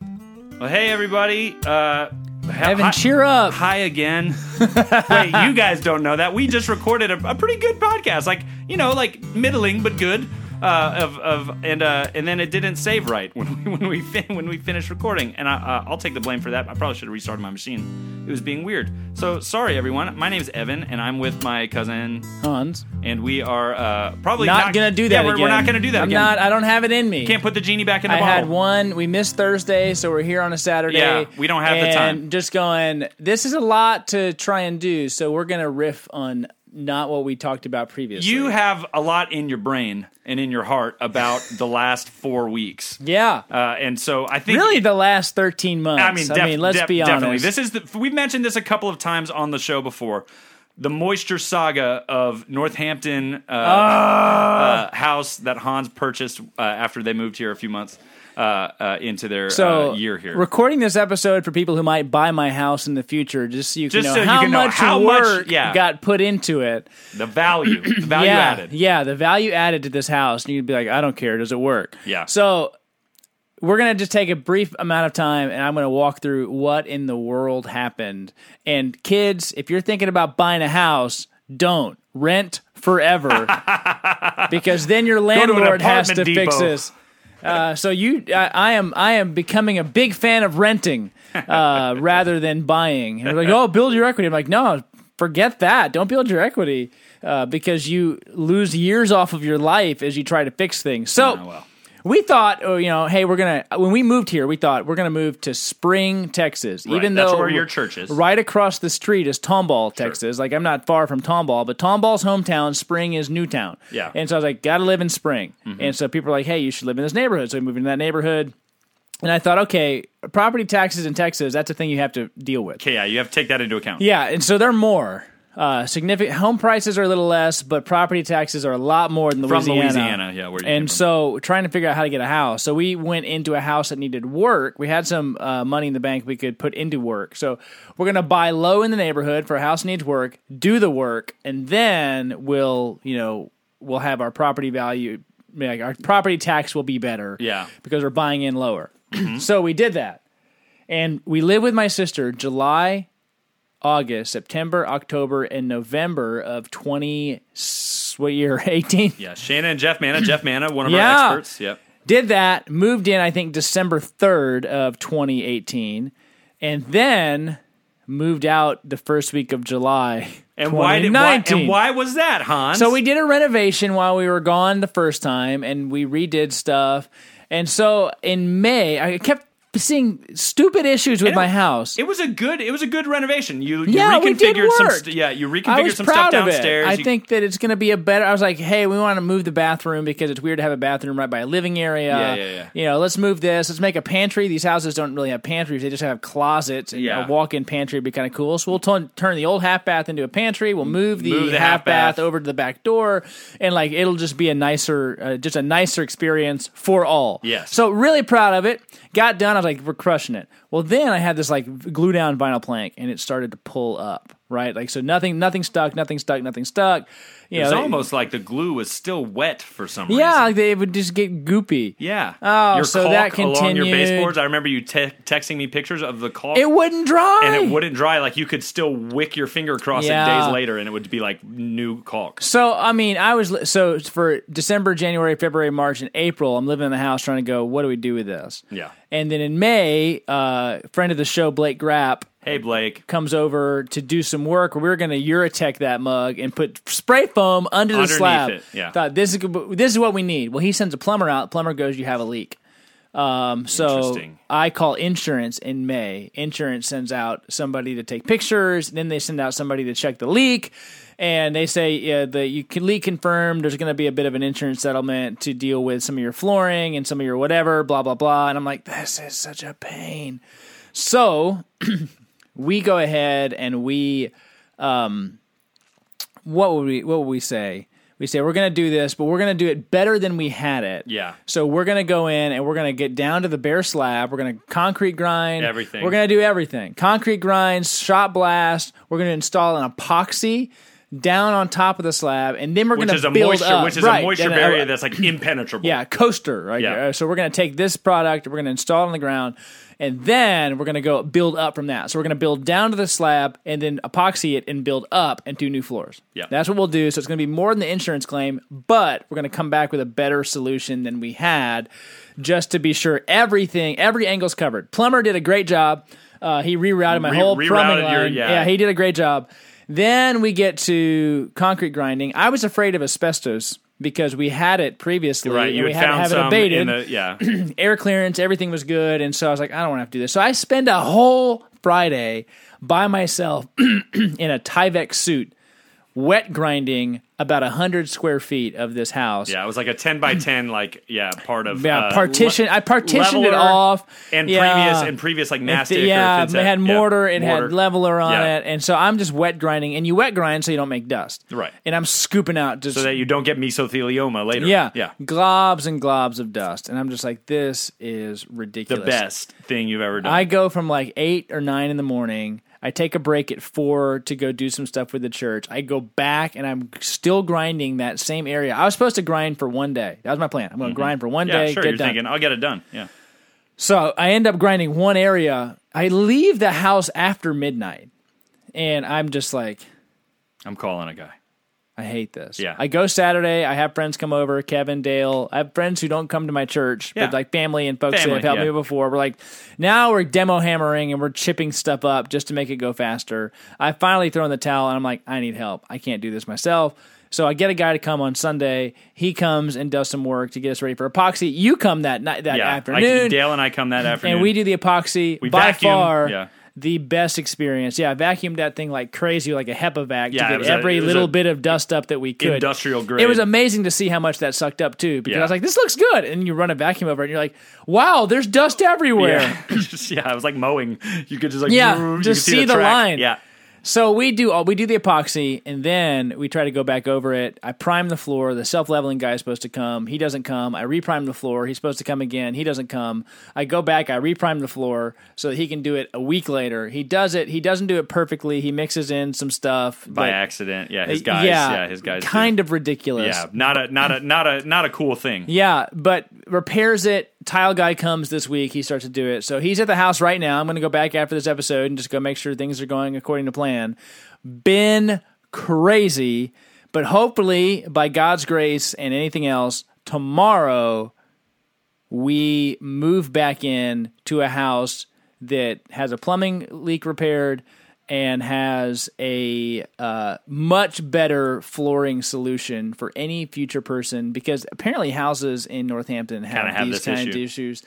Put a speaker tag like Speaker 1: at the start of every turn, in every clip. Speaker 1: Well, hey everybody. Uh,
Speaker 2: Evan,
Speaker 1: hi-
Speaker 2: cheer up.
Speaker 1: Hi again. Wait, you guys don't know that we just recorded a, a pretty good podcast, like you know, like middling but good. Uh, of of and uh, and then it didn't save right when we when we fin- when we finished recording, and I, uh, I'll take the blame for that. I probably should have restarted my machine. It was being weird. So sorry everyone. My name's Evan, and I'm with my cousin,
Speaker 2: Hans.
Speaker 1: and we are uh, probably
Speaker 2: Not, gonna do that
Speaker 1: Yeah, we're,
Speaker 2: again.
Speaker 1: we're not gonna do that
Speaker 2: I'm
Speaker 1: again.
Speaker 2: not. I don't have it in me.
Speaker 1: Can't put the genie back in the
Speaker 2: I
Speaker 1: bottle.
Speaker 2: had one. We missed Thursday, so we're here on a Saturday.
Speaker 1: Yeah, we don't have the
Speaker 2: and
Speaker 1: time.
Speaker 2: Just going. This is a lot to try and do, so we're gonna riff on not what we talked about previously.
Speaker 1: You have a lot in your brain and in your heart about the last four weeks.
Speaker 2: yeah.
Speaker 1: Uh, and so I think.
Speaker 2: really, the last thirteen months.
Speaker 1: I mean, def-
Speaker 2: let's
Speaker 1: def-
Speaker 2: be honest.
Speaker 1: Definitely. This uh, is the, we've mentioned this a couple of times on the show before. The moisture saga of Northampton uh,
Speaker 2: Ah.
Speaker 1: uh, house that Hans purchased uh, after they moved here a few months uh, uh, into their
Speaker 2: so
Speaker 1: uh, year here.
Speaker 2: recording this episode for people who might buy my house in the future, just so you can
Speaker 1: Just
Speaker 2: know
Speaker 1: so you
Speaker 2: how
Speaker 1: can know
Speaker 2: much
Speaker 1: how much-
Speaker 2: work
Speaker 1: yeah.
Speaker 2: got put into it.
Speaker 1: the value, the value
Speaker 2: yeah,
Speaker 1: added.
Speaker 2: Yeah, the value added to this house. And you'd be like, I don't care. Does it work?
Speaker 1: Yeah.
Speaker 2: So we're going to just take a brief amount of time and I'm going to walk through what in the world happened. And kids, if you're thinking about buying a house, don't rent forever because then your
Speaker 1: to an
Speaker 2: landlord has to
Speaker 1: apartment
Speaker 2: fix
Speaker 1: depot.
Speaker 2: this. Uh, so you, I, I am, I am becoming a big fan of renting uh, rather than buying. And they're like, oh, build your equity. I'm like, no, forget that. Don't build your equity uh, because you lose years off of your life as you try to fix things. So.
Speaker 1: Oh, well.
Speaker 2: We thought, oh, you know, hey, we're gonna. When we moved here, we thought we're gonna move to Spring, Texas. Even
Speaker 1: that's
Speaker 2: though
Speaker 1: where your church is.
Speaker 2: right across the street is Tomball, Texas. Like I'm not far from Tomball, but Tomball's hometown, Spring is Newtown.
Speaker 1: Yeah. Mm-hmm.
Speaker 2: and so I was like, gotta live in Spring. And so people are like, hey, you should live in this neighborhood. So we moved into that neighborhood, and I thought, okay, property taxes in Texas, that's a thing you have to deal with.
Speaker 1: Okay, yeah, you have to take that into account.
Speaker 2: Yeah, and so they're more. Uh, significant home prices are a little less, but property taxes are a lot more than
Speaker 1: From
Speaker 2: Louisiana.
Speaker 1: Louisiana, yeah, where you came
Speaker 2: and
Speaker 1: from.
Speaker 2: so trying to figure out how to get a house. So we went into a house that needed work. We had some uh, money in the bank we could put into work. So we're gonna buy low in the neighborhood for a house that needs work, do the work, and then we'll you know we'll have our property value. Like our property tax will be better.
Speaker 1: Yeah.
Speaker 2: because we're buying in lower. so we did that. And we live with my sister July, August, September, October, and November of 20, what year? 18?
Speaker 1: Yeah, Shanna and Jeff Mana, Jeff Mana, one of
Speaker 2: Yeah.
Speaker 1: our experts. Yep.
Speaker 2: Did that, moved in, I think, December 3rd of 2018, and then moved out the first week of July.
Speaker 1: And why did why,
Speaker 2: 2019.
Speaker 1: and why was that, Hans?
Speaker 2: So we did a renovation while we were gone the first time, and we redid stuff. And so in May, I kept seeing stupid issues with
Speaker 1: And it-
Speaker 2: my house.
Speaker 1: it was a good it was a good renovation. You, you
Speaker 2: Yeah, we did
Speaker 1: reconfigured some
Speaker 2: work.
Speaker 1: st- yeah, you
Speaker 2: I
Speaker 1: reconfigured
Speaker 2: was
Speaker 1: some
Speaker 2: proud
Speaker 1: stuff
Speaker 2: of it.
Speaker 1: downstairs.
Speaker 2: I
Speaker 1: You-
Speaker 2: think that it's going to be a better. I was like, hey, we want to move the bathroom because it's weird to have a bathroom right by a living area.
Speaker 1: Yeah, yeah, yeah.
Speaker 2: You know, let's move this. Let's make a pantry. These houses don't really have pantries; they just have closets. And
Speaker 1: Yeah.
Speaker 2: a walk-in pantry would be kind of cool. So we'll turn turn the old half bath into a pantry. We'll move the,
Speaker 1: Move the
Speaker 2: half
Speaker 1: half bath.
Speaker 2: bath over to the back door, and like it'll just be a nicer, uh, just a nicer experience for all.
Speaker 1: Yes.
Speaker 2: So really proud of it. Got done. I was like, we're crushing it. Well, then I had this like glue down vinyl plank, and it started to pull up. Right. Like so, nothing, nothing stuck, nothing stuck, nothing stuck. You
Speaker 1: it was
Speaker 2: know,
Speaker 1: almost like the glue was still wet for some reason.
Speaker 2: uh, yeah, like they would just get goopy.
Speaker 1: Yeah.
Speaker 2: Oh,
Speaker 1: your
Speaker 2: so
Speaker 1: caulk
Speaker 2: that
Speaker 1: along your
Speaker 2: continued.
Speaker 1: baseboards. I remember you te- texting me pictures of the caulk
Speaker 2: It wouldn't dry.
Speaker 1: and it wouldn't dry. Like you could still wick your finger across
Speaker 2: Yeah.
Speaker 1: it days later, and it would be like new caulk.
Speaker 2: So I mean, I was li- so for December, January, February, March, and April. I'm living in the house trying to go. What do we do with this?
Speaker 1: Yeah.
Speaker 2: And then in May, uh, friend of the show Blake Grapp
Speaker 1: Hey Blake,
Speaker 2: comes over to do some work. We were going to Eurotech that mug and put spray foam under the
Speaker 1: Underneath
Speaker 2: slab.
Speaker 1: it, yeah.
Speaker 2: Thought this is this is what we need. Well, he sends a plumber out. Plumber goes, "You have a leak." Um, so
Speaker 1: Interesting.
Speaker 2: I call insurance in May. Insurance sends out somebody to take pictures. Then they send out somebody to check the leak, and they say yeah, the you can leak confirmed. There's going to be a bit of an insurance settlement to deal with some of your flooring and some of your whatever, blah blah blah. And I'm like, this is such a pain. So we go ahead and we um what would we what would we say we say we're gonna do this but we're gonna do it better than we had it
Speaker 1: Yeah.
Speaker 2: so we're gonna go in and we're gonna get down to the bare slab we're gonna concrete grind
Speaker 1: Everything.
Speaker 2: we're gonna do everything concrete grinds shot blast we're gonna install an epoxy down on top of the slab, and then we're going
Speaker 1: which is
Speaker 2: to
Speaker 1: a
Speaker 2: build
Speaker 1: moisture,
Speaker 2: up.
Speaker 1: which is
Speaker 2: right.
Speaker 1: a moisture
Speaker 2: and, uh,
Speaker 1: barrier that's like impenetrable.
Speaker 2: yeah, coaster right
Speaker 1: Yeah.
Speaker 2: there. So we're going to take this product, we're going to install it on the ground, and then we're going to go build up from that. So we're going to build down to the slab and then epoxy it and build up and do new floors.
Speaker 1: Yeah.
Speaker 2: That's what we'll do. So it's going to be more than the insurance claim, but we're going to come back with a better solution than we had just to be sure everything, every angle's covered. Plumber did a great job. Uh, he rerouted my
Speaker 1: Re-
Speaker 2: whole plumbing
Speaker 1: rerouted
Speaker 2: line.
Speaker 1: your- yeah.
Speaker 2: yeah, he did a great job. Then we get to concrete grinding. I was afraid of asbestos because we had it previously.
Speaker 1: Right, you
Speaker 2: and we
Speaker 1: had
Speaker 2: had to
Speaker 1: found
Speaker 2: have it
Speaker 1: some
Speaker 2: abated.
Speaker 1: in the yeah.
Speaker 2: Air clearance, everything was good, and so I was like, I don't want to have to do this. So I spend a whole Friday by myself in a Tyvek suit, wet grinding about hundred square feet of this house.
Speaker 1: Yeah, it was like a ten by ten, like yeah, part of
Speaker 2: Yeah,
Speaker 1: uh,
Speaker 2: partition.
Speaker 1: le-
Speaker 2: I partitioned it
Speaker 1: leveler
Speaker 2: off,
Speaker 1: and
Speaker 2: Yeah.
Speaker 1: previous and previous like mastic.
Speaker 2: Th-
Speaker 1: or
Speaker 2: yeah,
Speaker 1: thinset.
Speaker 2: it had
Speaker 1: Yeah,
Speaker 2: mortar, it
Speaker 1: mortar.
Speaker 2: had leveler on
Speaker 1: Yeah.
Speaker 2: it, and so I'm just wet grinding, and you wet grind so you don't make dust,
Speaker 1: Right.
Speaker 2: And I'm scooping out just
Speaker 1: so that you don't get mesothelioma later.
Speaker 2: yeah,
Speaker 1: yeah,
Speaker 2: globs and globs of dust, and I'm just like, this is
Speaker 1: the
Speaker 2: ridiculous.
Speaker 1: best thing you've ever done.
Speaker 2: I go from like eight or nine in the morning. I take a break at four to go do some stuff with the church. I go back and I'm still grinding that same area. I was supposed to grind for one day. That was my plan. I'm going to grind for one
Speaker 1: Mm-hmm. yeah,
Speaker 2: day.
Speaker 1: sure.
Speaker 2: get
Speaker 1: You're
Speaker 2: done.
Speaker 1: thinking I'll get it done. Yeah,
Speaker 2: So I end up grinding one area. I leave the house after midnight, and I'm just like,
Speaker 1: I'm calling a guy.
Speaker 2: I hate this.
Speaker 1: Yeah.
Speaker 2: I go Saturday. I have friends come over, Kevin, Dale. I have friends who don't come to my church,
Speaker 1: Yeah.
Speaker 2: but like family and folks that
Speaker 1: Family,
Speaker 2: have helped
Speaker 1: yeah.
Speaker 2: me before. We're like, now we're demo hammering and we're chipping stuff up just to make it go faster. I finally throw in the towel and I'm like, I need help. I can't do this myself. So I get a guy to come on Sunday. He comes and does some work to get us ready for epoxy. You come that night, that
Speaker 1: Yeah,
Speaker 2: afternoon.
Speaker 1: I, Dale and I come that afternoon.
Speaker 2: and we do the epoxy by
Speaker 1: vacuum,
Speaker 2: far
Speaker 1: yeah.
Speaker 2: the best experience. Yeah, I vacuumed that thing like crazy, like a HEPA vac
Speaker 1: Yeah, it
Speaker 2: to get
Speaker 1: was a-
Speaker 2: every
Speaker 1: it was
Speaker 2: little
Speaker 1: a
Speaker 2: bit of dust up that we could.
Speaker 1: industrial grade.
Speaker 2: It was amazing to see how much that sucked up too, because
Speaker 1: Yeah.
Speaker 2: I was like, "This looks good," and you run a vacuum over it, and you're like, "Wow, there's dust everywhere."
Speaker 1: yeah, Just- yeah, it was like mowing. You could just like
Speaker 2: Yeah,
Speaker 1: you could
Speaker 2: just see the
Speaker 1: track.
Speaker 2: line.
Speaker 1: Yeah,
Speaker 2: So we do all we do the epoxy, and then we try to go back over it. I prime the floor. The self leveling guy is supposed to come. He doesn't come. I reprime the floor. He's supposed to come again. He doesn't come. I go back. I reprime the floor so that he can do it a week later. He does it. He doesn't do it perfectly. He mixes in some stuff
Speaker 1: by
Speaker 2: but-
Speaker 1: accident. Yeah, his guys.
Speaker 2: uh, Yeah,
Speaker 1: Yeah, his guys. do.
Speaker 2: Kind of ridiculous.
Speaker 1: Yeah, not a not a not a not a cool thing.
Speaker 2: Yeah, but repairs it. Tile guy comes this week. He starts to do it. So he's at the house right now. I'm going to go back after this episode and just go make sure things are going according to plan. Been crazy, but hopefully by God's grace and anything else, tomorrow we move back in to a house that has a plumbing leak repaired and has a uh, much better flooring solution for any future person because apparently houses in Northampton have,
Speaker 1: Kinda have
Speaker 2: these
Speaker 1: this
Speaker 2: kind of
Speaker 1: issue.
Speaker 2: issues,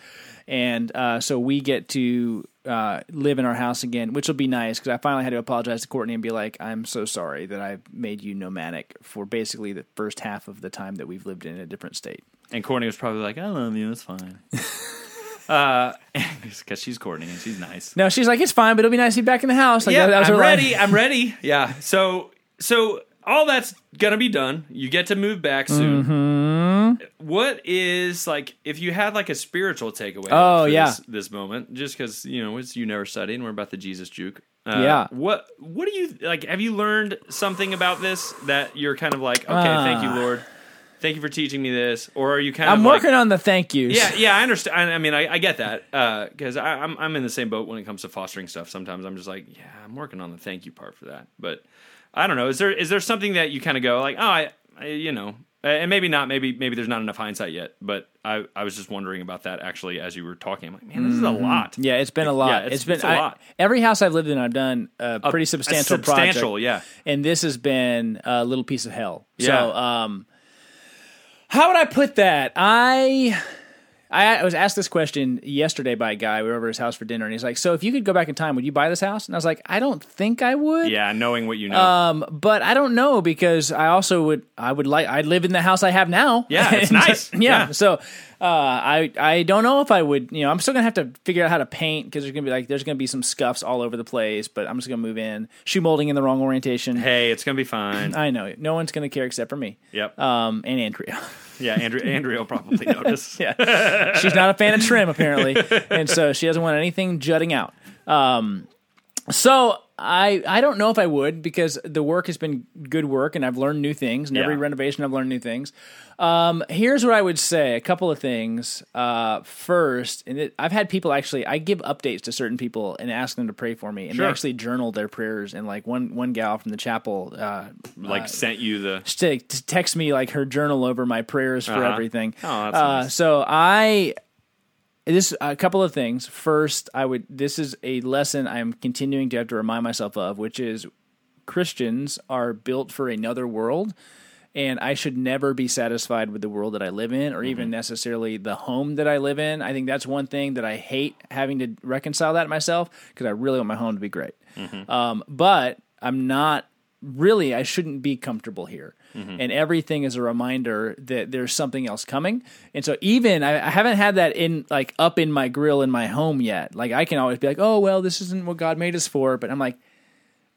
Speaker 2: and uh, so we get to uh, live in our house again, which will be nice because I finally had to apologize to Courtney and be like, "I'm so sorry that I made you nomadic for basically the first half of the time that we've lived in a different state."
Speaker 1: And Courtney was probably like, "I love you. It's fine." because she's Courtney and she's nice.
Speaker 2: No, she's like, "It's fine, but it'll be nice to be back in the house." Like, that, that was
Speaker 1: I'm
Speaker 2: her line.
Speaker 1: ready. I'm ready. Yeah. So so all that's gonna be done. You get to move back soon.
Speaker 2: Mm-hmm.
Speaker 1: What is like if you had like a spiritual takeaway?
Speaker 2: Oh,
Speaker 1: for
Speaker 2: yeah.
Speaker 1: this, this moment, just because you know it's you never study and we're about the Jesus juke. Uh,
Speaker 2: Yeah.
Speaker 1: What What do you like? Have you learned something about this that you're kind of like, okay, thank you, Lord, thank you for teaching me this, or are you kind
Speaker 2: Ah. I'm
Speaker 1: of
Speaker 2: working
Speaker 1: like,
Speaker 2: on the thank yous.
Speaker 1: Yeah, yeah, I understand. I, I mean, I, I get that because I I'm I'm in the same boat when it comes to fostering stuff. Sometimes I'm just like, yeah, I'm working on the thank you part for that. But I don't know. Is there is there something that you kind of go like, oh, I, I you know, and maybe not. Maybe maybe there's not enough hindsight yet. But I I was just wondering about that actually as you were talking. I'm like, man, this is a lot.
Speaker 2: Mm-hmm. Yeah, it's been a lot.
Speaker 1: it's-
Speaker 2: it's been
Speaker 1: it's a
Speaker 2: I-
Speaker 1: lot.
Speaker 2: Every house I've lived in, I've done a pretty
Speaker 1: A
Speaker 2: substantial,
Speaker 1: substantial,
Speaker 2: project,
Speaker 1: yeah.
Speaker 2: and this has been a little piece of hell. So,
Speaker 1: Yeah.
Speaker 2: um, how would I put that? I I was asked this question yesterday by a guy. We were over at his house for dinner, and he's like, "So, if you could go back in time, would you buy this house?" And I was like, "I don't think I would."
Speaker 1: Yeah, knowing what you know.
Speaker 2: Um, but I don't know because I also would I would like I live in the house I have now.
Speaker 1: Yeah, it's
Speaker 2: And,
Speaker 1: nice.
Speaker 2: uh, yeah,
Speaker 1: Yeah.
Speaker 2: So uh, I I don't know if I would you know I'm still gonna have to figure out how to paint because there's gonna be like there's gonna be some scuffs all over the place. But I'm just gonna move in shoe molding in the wrong orientation.
Speaker 1: hey, it's gonna be fine.
Speaker 2: I know no one's gonna care except for me.
Speaker 1: Yep.
Speaker 2: Um, and Andrea.
Speaker 1: yeah, Andrew Andrea will probably notice.
Speaker 2: She's not a fan of trim apparently, and so she doesn't want anything jutting out. Um, So I I don't know if I would because the work has been good work and I've learned new things. In every
Speaker 1: Yeah.
Speaker 2: renovation, I've learned new things. Um, here's what I would say: a couple of things. Uh, first, and it, I've had people actually I give updates to certain people and ask them to pray for me, and
Speaker 1: Sure.
Speaker 2: they actually journal their prayers. And like one one gal from the chapel, uh,
Speaker 1: Like sent you the
Speaker 2: to, to text me like her journal over my prayers for
Speaker 1: Uh-huh.
Speaker 2: everything.
Speaker 1: Oh, that's
Speaker 2: uh,
Speaker 1: nice.
Speaker 2: So I this a couple of things. First, I would this is a lesson I am continuing to have to remind myself of, which is Christians are built for another world. And I should never be satisfied with the world that I live in, or
Speaker 1: Mm-hmm.
Speaker 2: even necessarily the home that I live in. I think that's one thing that I hate having to reconcile that myself because I really want my home to be great. Um, but I'm not really, I shouldn't be comfortable here.
Speaker 1: Mm-hmm.
Speaker 2: And everything is a reminder that there's something else coming. And so, even I, I haven't had that in like up in my grill in my home yet. Like, I can always be like, oh, well, this isn't what God made us for. But I'm like,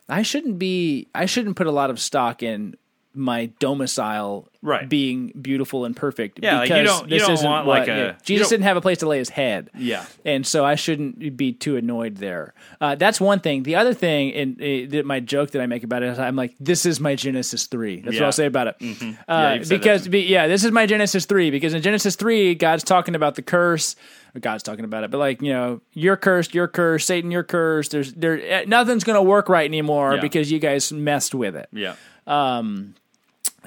Speaker 2: I shouldn't be, I shouldn't put a lot of stock in my domicile
Speaker 1: Right.
Speaker 2: being beautiful and perfect
Speaker 1: Yeah, like, you don't- you don't want, like, a- you
Speaker 2: jesus
Speaker 1: don't-
Speaker 2: didn't have a place to lay his head
Speaker 1: Yeah.
Speaker 2: and so i shouldn't be too annoyed there uh, that's one thing the other thing and uh, that my joke that i make about it is i'm like this is my genesis 3 that's what
Speaker 1: Yeah. Mm-hmm.
Speaker 2: i'll say about it
Speaker 1: Yeah,
Speaker 2: uh,
Speaker 1: you've said that
Speaker 2: because
Speaker 1: to
Speaker 2: be, yeah this is my genesis 3 because in genesis 3 god's talking about the curse or god's talking about it but like you know you're cursed you're cursed satan you're cursed there's there eh, nothing's gonna work right anymore
Speaker 1: Yeah.
Speaker 2: because you guys messed with it
Speaker 1: yeah.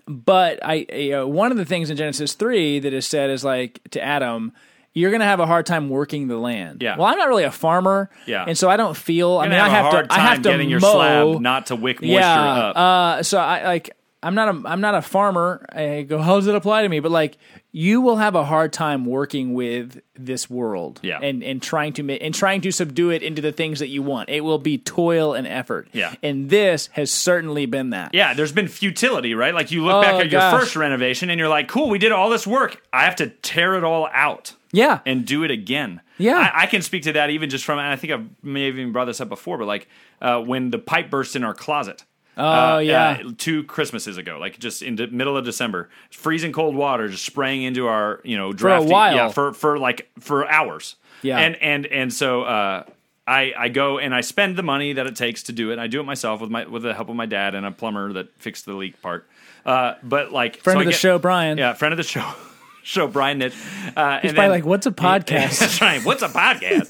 Speaker 2: but I, you know, one of the things in Genesis three that is said is like to Adam, you're gonna have a hard time working the land.
Speaker 1: Yeah.
Speaker 2: Well, I'm not really a farmer.
Speaker 1: Yeah.
Speaker 2: and so I don't feel. I
Speaker 1: I
Speaker 2: mean, I
Speaker 1: have
Speaker 2: have
Speaker 1: a hard
Speaker 2: to. I
Speaker 1: time
Speaker 2: have to
Speaker 1: getting
Speaker 2: mow.
Speaker 1: your slab not to wick moisture
Speaker 2: yeah.
Speaker 1: up.
Speaker 2: Uh, so I like. I'm not a I'm not a farmer. I go, how does it apply to me? But like, you will have a hard time working with this world,
Speaker 1: Yeah.
Speaker 2: and and trying to ma- and trying to subdue it into the things that you want. It will be toil and effort,
Speaker 1: Yeah.
Speaker 2: And this has certainly been that,
Speaker 1: Yeah, there's been futility, right? Like you look
Speaker 2: Oh,
Speaker 1: back at
Speaker 2: gosh.
Speaker 1: your first renovation and you're like, cool, we did all this work. I have to tear it all out
Speaker 2: yeah.
Speaker 1: and do it again.
Speaker 2: Yeah.
Speaker 1: I, I can speak to that even just from, and I think I may have even brought this up before, but like uh, when the pipe burst in our closet. uh,
Speaker 2: Oh, yeah.
Speaker 1: two Christmases ago, like just in the middle of December, freezing cold water just spraying into our, you know, drafty,
Speaker 2: while.
Speaker 1: yeah, for for like for hours,
Speaker 2: Yeah.
Speaker 1: and and and so uh, I I go and I spend the money that it takes to do it. I do it myself with my with the help of my dad and a plumber that fixed the leak part. Uh, but like
Speaker 2: Friend
Speaker 1: so
Speaker 2: of
Speaker 1: I
Speaker 2: the
Speaker 1: get-
Speaker 2: show, Brian.
Speaker 1: yeah, friend of the show, show Brian Nitz. Uh, He's
Speaker 2: probably like, "What's a podcast?"
Speaker 1: That's right. What's a podcast?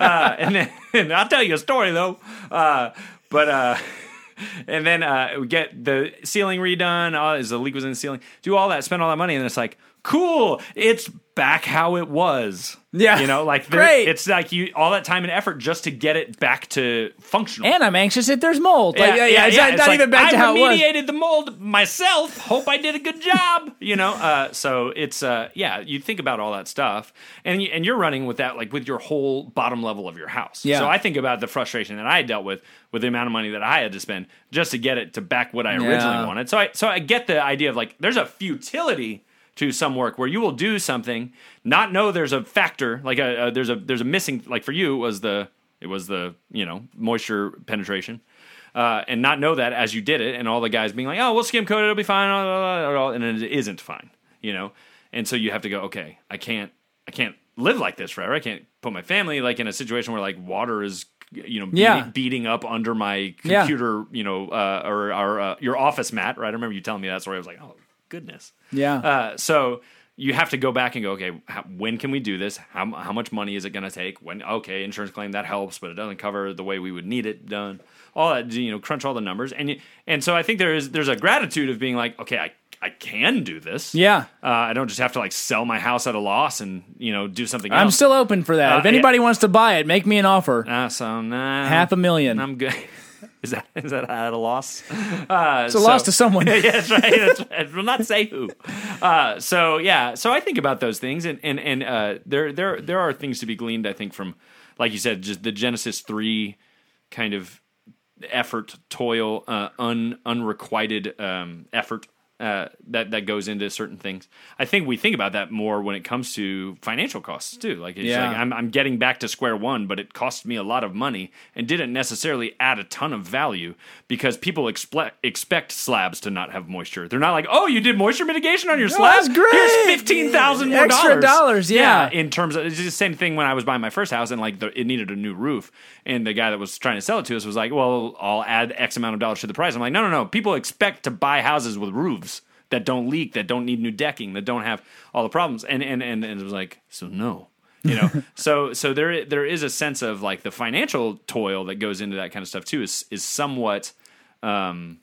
Speaker 1: uh, and then and I'll tell you a story though. Uh, but uh, and then uh, we get the ceiling redone. All is the leak was in the ceiling. Do all that. Spend all that money, and then it's like, cool. It's back how it was.
Speaker 2: Yeah.
Speaker 1: you know, like
Speaker 2: Great.
Speaker 1: It's like you all that time and effort just to get it back to functional.
Speaker 2: and I'm anxious that there's mold. Like, yeah, yeah, it's not,
Speaker 1: it's
Speaker 2: not
Speaker 1: like,
Speaker 2: even back to
Speaker 1: I
Speaker 2: how it was.
Speaker 1: remediated the mold myself. Hope I did a good job. You know, uh, so it's uh, yeah. You think about all that stuff, and you, and you're running with that like with your whole bottom level of your house.
Speaker 2: Yeah.
Speaker 1: So I think about the frustration that I dealt with with the amount of money that I had to spend just to get it to back what I originally
Speaker 2: Yeah.
Speaker 1: wanted. So I so I get the idea of like there's a futility to some work where you will do something not know there's a factor like a, a there's a there's a missing like for you it was the it was the you know moisture penetration uh, and not know that as you did it, and all the guys being like, "Oh, we'll skim coat it; it'll be fine," blah, blah, blah, blah, and it isn't fine, you know. And so you have to go, okay, I can't, I can't live like this forever. I can't put my family like in a situation where like water is, you know, beating,
Speaker 2: Yeah.
Speaker 1: beating up under my
Speaker 2: Yeah.
Speaker 1: computer, you know, uh, or our uh, your office mat. Right? I remember you telling me that story. I was like, oh goodness.
Speaker 2: Yeah.
Speaker 1: Uh, so you have to go back and go, okay, how, when can we do this? How, how much money is it going to take? When, okay, insurance claim that helps, but it doesn't cover the way we would need it done. All that, you know, crunch all the numbers. And, you, and so I think there is, there's a gratitude of being like, okay, I, I can do this.
Speaker 2: Yeah.
Speaker 1: Uh, I don't just have to like sell my house at a loss and, you know, do something
Speaker 2: I'm
Speaker 1: else.
Speaker 2: still open for that.
Speaker 1: Uh,
Speaker 2: if anybody wants to buy it, make me an offer.
Speaker 1: uh, so nah,
Speaker 2: Half a million.
Speaker 1: I'm good. Is that, is that at a loss? Uh,
Speaker 2: it's a loss to someone.
Speaker 1: yeah, that's right. That's right. I will not say who. Uh, so yeah, so I think about those things, and and and uh, there there there are things to be gleaned. I think from, like you said, just the Genesis three kind of effort, toil, uh, un unrequited um, effort. uh, that that goes into certain things. I think we think about that more when it comes to financial costs too. Like it's
Speaker 2: Yeah.
Speaker 1: like I'm I'm getting back to square one, but it cost me a lot of money and didn't necessarily add a ton of value because people expect expect slabs to not have moisture. They're not like, oh, you did moisture mitigation on your slabs.
Speaker 2: that's great.
Speaker 1: Here's fifteen thousand more
Speaker 2: Extra dollars, yeah.
Speaker 1: in terms of it's the same thing when I was buying my first house and like the, it needed a new roof and the guy that was trying to sell it to us was like, "Well, I'll add X amount of dollars to the price." I'm like, "No, no, no. People expect to buy houses with roofs that don't leak, that don't need new decking, that don't have all the problems." And and and, and it was like, "So no." You know. so so there i- there is a sense of like the financial toil that goes into that kind of stuff too is is somewhat um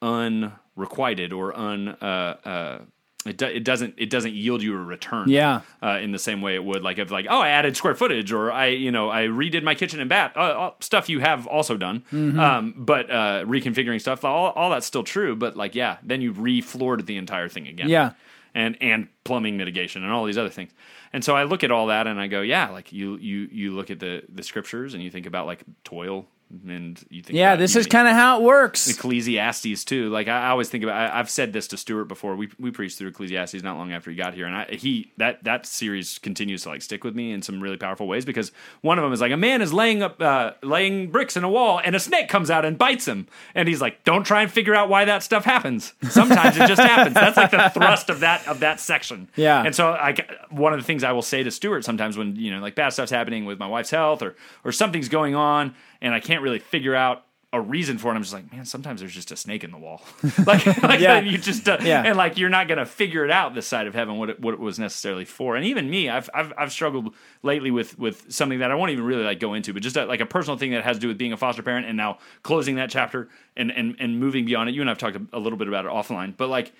Speaker 1: unrequited or un uh uh it, do, it doesn't it doesn't yield you a return
Speaker 2: Yeah.
Speaker 1: uh, in the same way it would like if like oh I added square footage or I you know I redid my kitchen and bath uh, uh, stuff you have also done
Speaker 2: Mm-hmm.
Speaker 1: um, but uh, reconfiguring stuff all, all that's still true but like yeah then you re-floored the entire thing again
Speaker 2: Yeah.
Speaker 1: and and plumbing mitigation and all these other things and so I look at all that and I go yeah like you you you look at the the scriptures and you think about like toil and you think
Speaker 2: Yeah,
Speaker 1: about
Speaker 2: this is
Speaker 1: unity.
Speaker 2: kind of how it works.
Speaker 1: Ecclesiastes too. Like I, I always think about. I, I've said this to Stuart before. We we preached through Ecclesiastes not long after he got here, and I, he that that series continues to like stick with me in some really powerful ways because one of them is like a man is laying up uh, laying bricks in a wall, and a snake comes out and bites him, and he's like, "Don't try and figure out why that stuff happens. Sometimes it just happens." That's like the thrust of that of that section.
Speaker 2: Yeah.
Speaker 1: And so like one of the things I will say to Stuart sometimes when you know like bad stuff's happening with my wife's health or or something's going on and I can't really figure out a reason for it. I'm just like, man, sometimes there's just a snake in the wall. like, like
Speaker 2: Yeah.
Speaker 1: you just, uh,
Speaker 2: Yeah.
Speaker 1: and like, you're not going to figure it out this side of heaven, what it, what it was necessarily for. And even me, I've, I've, I've struggled lately with, with something that I won't even really like go into, but just a, like a personal thing that has to do with being a foster parent and now closing that chapter and, and, and moving beyond it. You and I've talked a, a little bit about it offline, but like,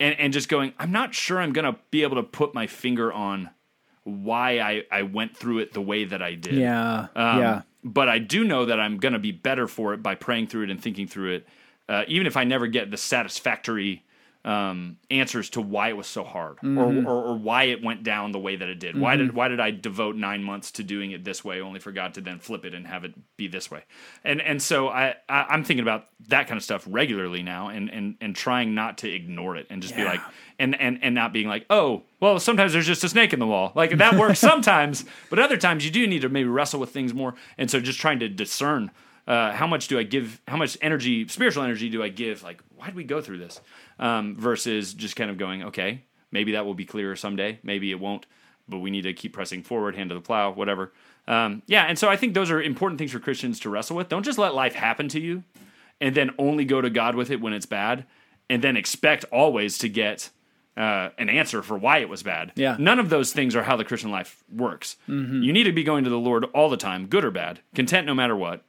Speaker 1: and, and just going, I'm not sure I'm going to be able to put my finger on why I, I went through it the way that I did.
Speaker 2: Yeah.
Speaker 1: Um,
Speaker 2: yeah.
Speaker 1: But I do know that I'm going to be better for it by praying through it and thinking through it, uh, even if I never get the satisfactory um, answers to why it was so hard or, or, or why it went down the way that it did. Why did why did I devote nine months to doing it this way, only for God to then flip it and have it be this way? And and so I, I I'm thinking about that kind of stuff regularly now, and and and trying not to ignore it and just be like and and and not being like oh well sometimes there's just a snake in the wall like that works sometimes but other times you do need to maybe wrestle with things more and so just trying to discern uh, how much do i give how much energy spiritual energy do i give like why did we go through this um, versus just kind of going okay maybe that will be clearer someday maybe it won't but we need to keep pressing forward hand to the plow whatever um, yeah and so i think those are important things for christians to wrestle with don't just let life happen to you and then only go to God with it when it's bad, and then expect always to get uh, an answer for why it was bad.
Speaker 2: Yeah. Mm-hmm.
Speaker 1: None of those things are how the Christian life works. You need to be going to the Lord all the time, good or bad, content no matter what,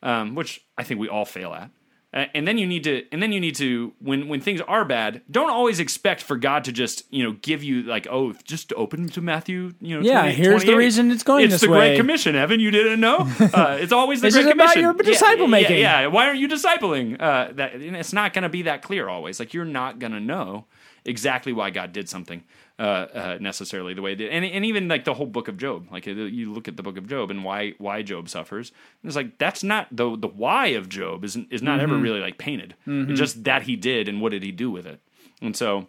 Speaker 1: um, which I think we all fail at. Uh, and then you need to, and then you need to, when when things are bad, don't always expect for God to just you know give you like oh just open to Matthew you know
Speaker 2: Yeah,
Speaker 1: 28,
Speaker 2: here's the
Speaker 1: 28.
Speaker 2: reason it's going
Speaker 1: it's
Speaker 2: this
Speaker 1: the
Speaker 2: way.
Speaker 1: Great Commission, Evan. You didn't know. Uh, it's always the
Speaker 2: This
Speaker 1: Great
Speaker 2: is about
Speaker 1: Commission.
Speaker 2: your
Speaker 1: Yeah,
Speaker 2: disciple
Speaker 1: yeah,
Speaker 2: making.
Speaker 1: yeah, uh, why aren't you discipling? Uh, that and it's not going to be that clear always. Like you're not going to know exactly why God did something uh, uh, necessarily the way it did, and and even like the whole book of Job. Like it- you look at the book of Job and why why Job suffers. And it's like that's not the the why of Job is is not
Speaker 2: Mm-hmm.
Speaker 1: ever really like painted. It's just that he did and what did he do with it, and so.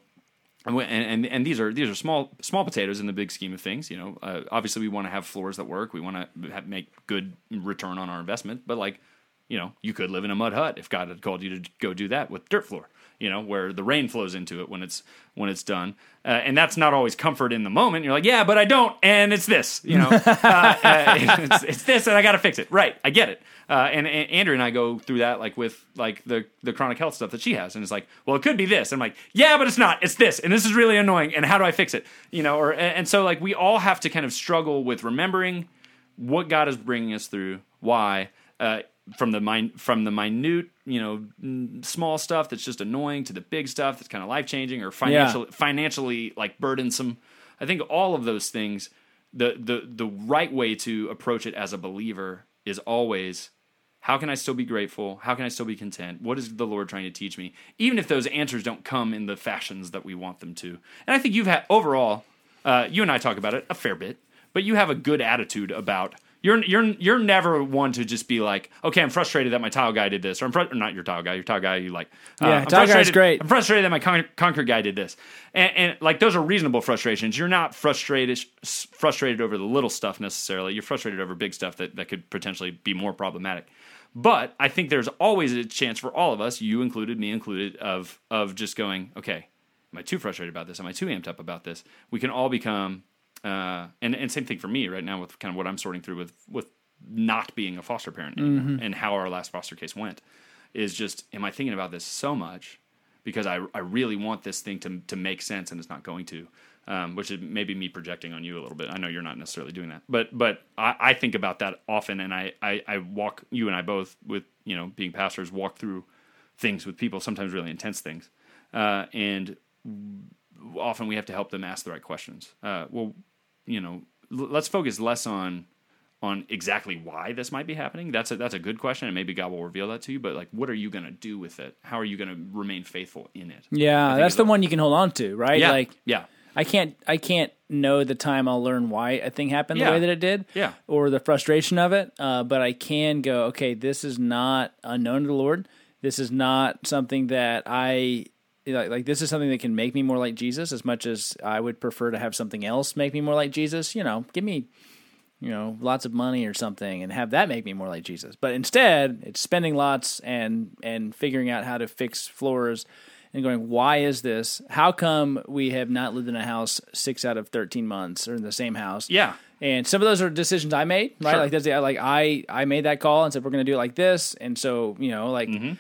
Speaker 1: And, we- and and- and these are these are small small potatoes in the big scheme of things. You know, uh, obviously we want to have floors that work. We want to have, make good return on our investment. But like, you know, you could live in a mud hut if God had called you to go do that with dirt floor. You know, where the rain flows into it when it's when it's done, uh, and that's not always comfort in the moment. You're like, yeah, but I don't, and it's this. You know, uh, uh, it's, it's this, and I got to fix it. Right, I get it. Uh, and, and Andrew and I go through that like with like the the chronic health stuff that she has, and it's like, well, it could be this. And I'm like, yeah, but it's not. It's this, and this is really annoying. And how do I fix it? You know, or and and so like we all have to kind of struggle with remembering what God is bringing us through, why, uh, from the min- from the minute, you know, n- small stuff that's just annoying to the big stuff that's kind of life changing or financial, financially like burdensome. I think all of those things, the the the right way to approach it as a believer is always. How can I still be grateful? How can I still be content? What is the Lord trying to teach me? Even if those answers don't come in the fashions that we want them to. And I think you've had, overall, uh, you and I talk about it a fair bit, but you have a good attitude about You're you're you're never one to just be like, okay, I'm frustrated that my tile guy did this, or I'm fru- or not your tile guy, your tile guy, you like, uh,
Speaker 2: Yeah,
Speaker 1: I'm
Speaker 2: tile guy's
Speaker 1: frustrated-
Speaker 2: great.
Speaker 1: I'm frustrated that my con- conquer guy did this, and, and like those are reasonable frustrations. You're not frustrated s- frustrated over the little stuff necessarily. You're frustrated over big stuff that that could potentially be more problematic. But I think there's always a chance for all of us, you included, me included, of of just going, okay, am I too frustrated about this? Am I too amped up about this? We can all become, uh, and and same thing for me right now with kind of what I'm sorting through with with not being a foster parent anymore and how our last foster case went is just, am I thinking about this so much because I I really want this thing to to make sense and it's not going to. Um, which is maybe me projecting on you a little bit. I know you're not necessarily doing that, but but I, I think about that often, and I, I I walk you and I both with you know being pastors walk through things with people, sometimes really intense things, uh, and often we have to help them ask the right questions. Uh, well, you know, l- let's focus less on on exactly why this might be happening. That's a, that's a good question, and maybe God will reveal that to you. But like, what are you going to do with it? How are you going to remain faithful in it? I
Speaker 2: Yeah,
Speaker 1: think
Speaker 2: that's
Speaker 1: it's
Speaker 2: the
Speaker 1: a-
Speaker 2: one you can hold on to, right?
Speaker 1: Yeah,
Speaker 2: Like
Speaker 1: yeah,
Speaker 2: I can't I can't know the time I'll learn why a thing happened
Speaker 1: Yeah.
Speaker 2: the way that it did.
Speaker 1: Yeah.
Speaker 2: Or the frustration of it. Uh, but I can go, okay, this is not unknown to the Lord. This is not something that I like, like this is something that can make me more like Jesus as much as I would prefer to have something else make me more like Jesus. You know, give me you know, lots of money or something and have that make me more like Jesus. But instead, it's spending lots and and figuring out how to fix floors and going, why is this? How come we have not lived in a house six out of thirteen months or in the same house?
Speaker 1: yeah.
Speaker 2: And some of those are decisions I made, right?
Speaker 1: Sure.
Speaker 2: Like that's the, like I I made that call and said we're going to do it like this, and so you know like.
Speaker 1: Mm-hmm.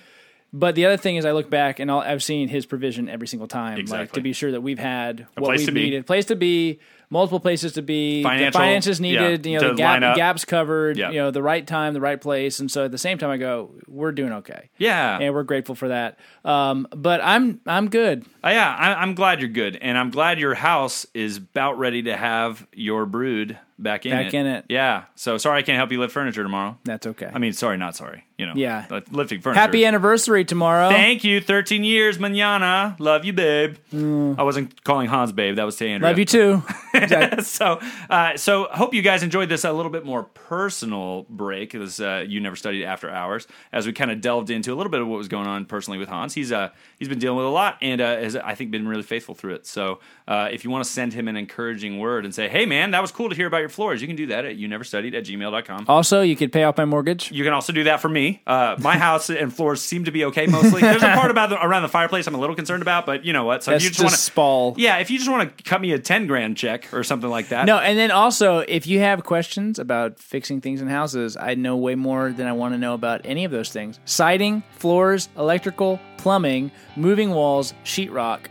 Speaker 2: But the other thing is, I look back and I'll, I've seen his provision every single time, like
Speaker 1: Exactly.
Speaker 2: to be sure that we've had what
Speaker 1: place
Speaker 2: we've
Speaker 1: to be.
Speaker 2: needed, place to be, multiple places to be, the
Speaker 1: Financial-
Speaker 2: finances
Speaker 1: yeah,
Speaker 2: needed, you
Speaker 1: to
Speaker 2: know, the
Speaker 1: line up.
Speaker 2: gap, gaps covered,
Speaker 1: Yeah.
Speaker 2: you know, the right time, the right place, and so at the same time, I go, we're doing okay,
Speaker 1: Yeah.
Speaker 2: and we're grateful for that. Um, but I'm I'm good.
Speaker 1: Uh, yeah, I, I'm glad you're good, and I'm glad your house is about ready to have your brood back in
Speaker 2: Back
Speaker 1: it.
Speaker 2: in it.
Speaker 1: Yeah. So sorry, I can't help you lift furniture tomorrow.
Speaker 2: That's okay.
Speaker 1: I mean, sorry, not sorry. You know.
Speaker 2: Yeah.
Speaker 1: But Lifting furniture.
Speaker 2: happy anniversary tomorrow.
Speaker 1: Thank you. 13 years, manana. Love you, babe. I wasn't calling Hans babe. That was to Andrea.
Speaker 2: Mm. Love you too.
Speaker 1: so, uh, so hope you guys enjoyed this a little bit more personal break. This uh, you never studied after hours, as we kind of delved into a little bit of what was going on personally with Hans. He's uh, he's been dealing with a lot, and uh, has I think been really faithful through it. So, uh, if you want to send him an encouraging word and say, "Hey, man, that was cool to hear about your floors," you can do that at you never studied at gmail.com.
Speaker 2: Also, you could pay off my mortgage.
Speaker 1: You can also do that for me. Uh, my house and floors seem to be okay mostly. There's a part about the, around the fireplace I'm a little concerned about, but you know what? So if
Speaker 2: That's
Speaker 1: you just,
Speaker 2: just
Speaker 1: want to
Speaker 2: spall.
Speaker 1: yeah, if you just want to cut me a ten grand check or something like that,
Speaker 2: No, and then also, if you have questions about fixing things in houses, I know way more than I want to know about any of those things siding, floors, electrical, plumbing, moving walls, sheetrock.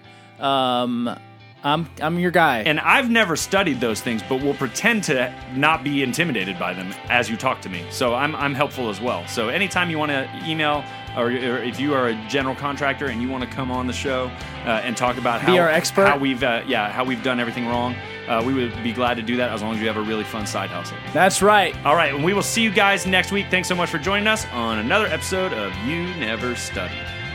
Speaker 2: Um, I'm, I'm your guy.
Speaker 1: And I've never studied those things, but will pretend to not be intimidated by them as you talk to me. So I'm, I'm helpful as well. So anytime you want to email, or, or if you are a general contractor and you want to come on the show uh, and talk about how,
Speaker 2: Be our expert?
Speaker 1: how we've uh, yeah how we've done everything wrong, uh, we would be glad to do that as long as you have a really fun side hustle.
Speaker 2: That's right.
Speaker 1: All right, and we will see you guys next week. Thanks so much for joining us on another episode of You Never Studied.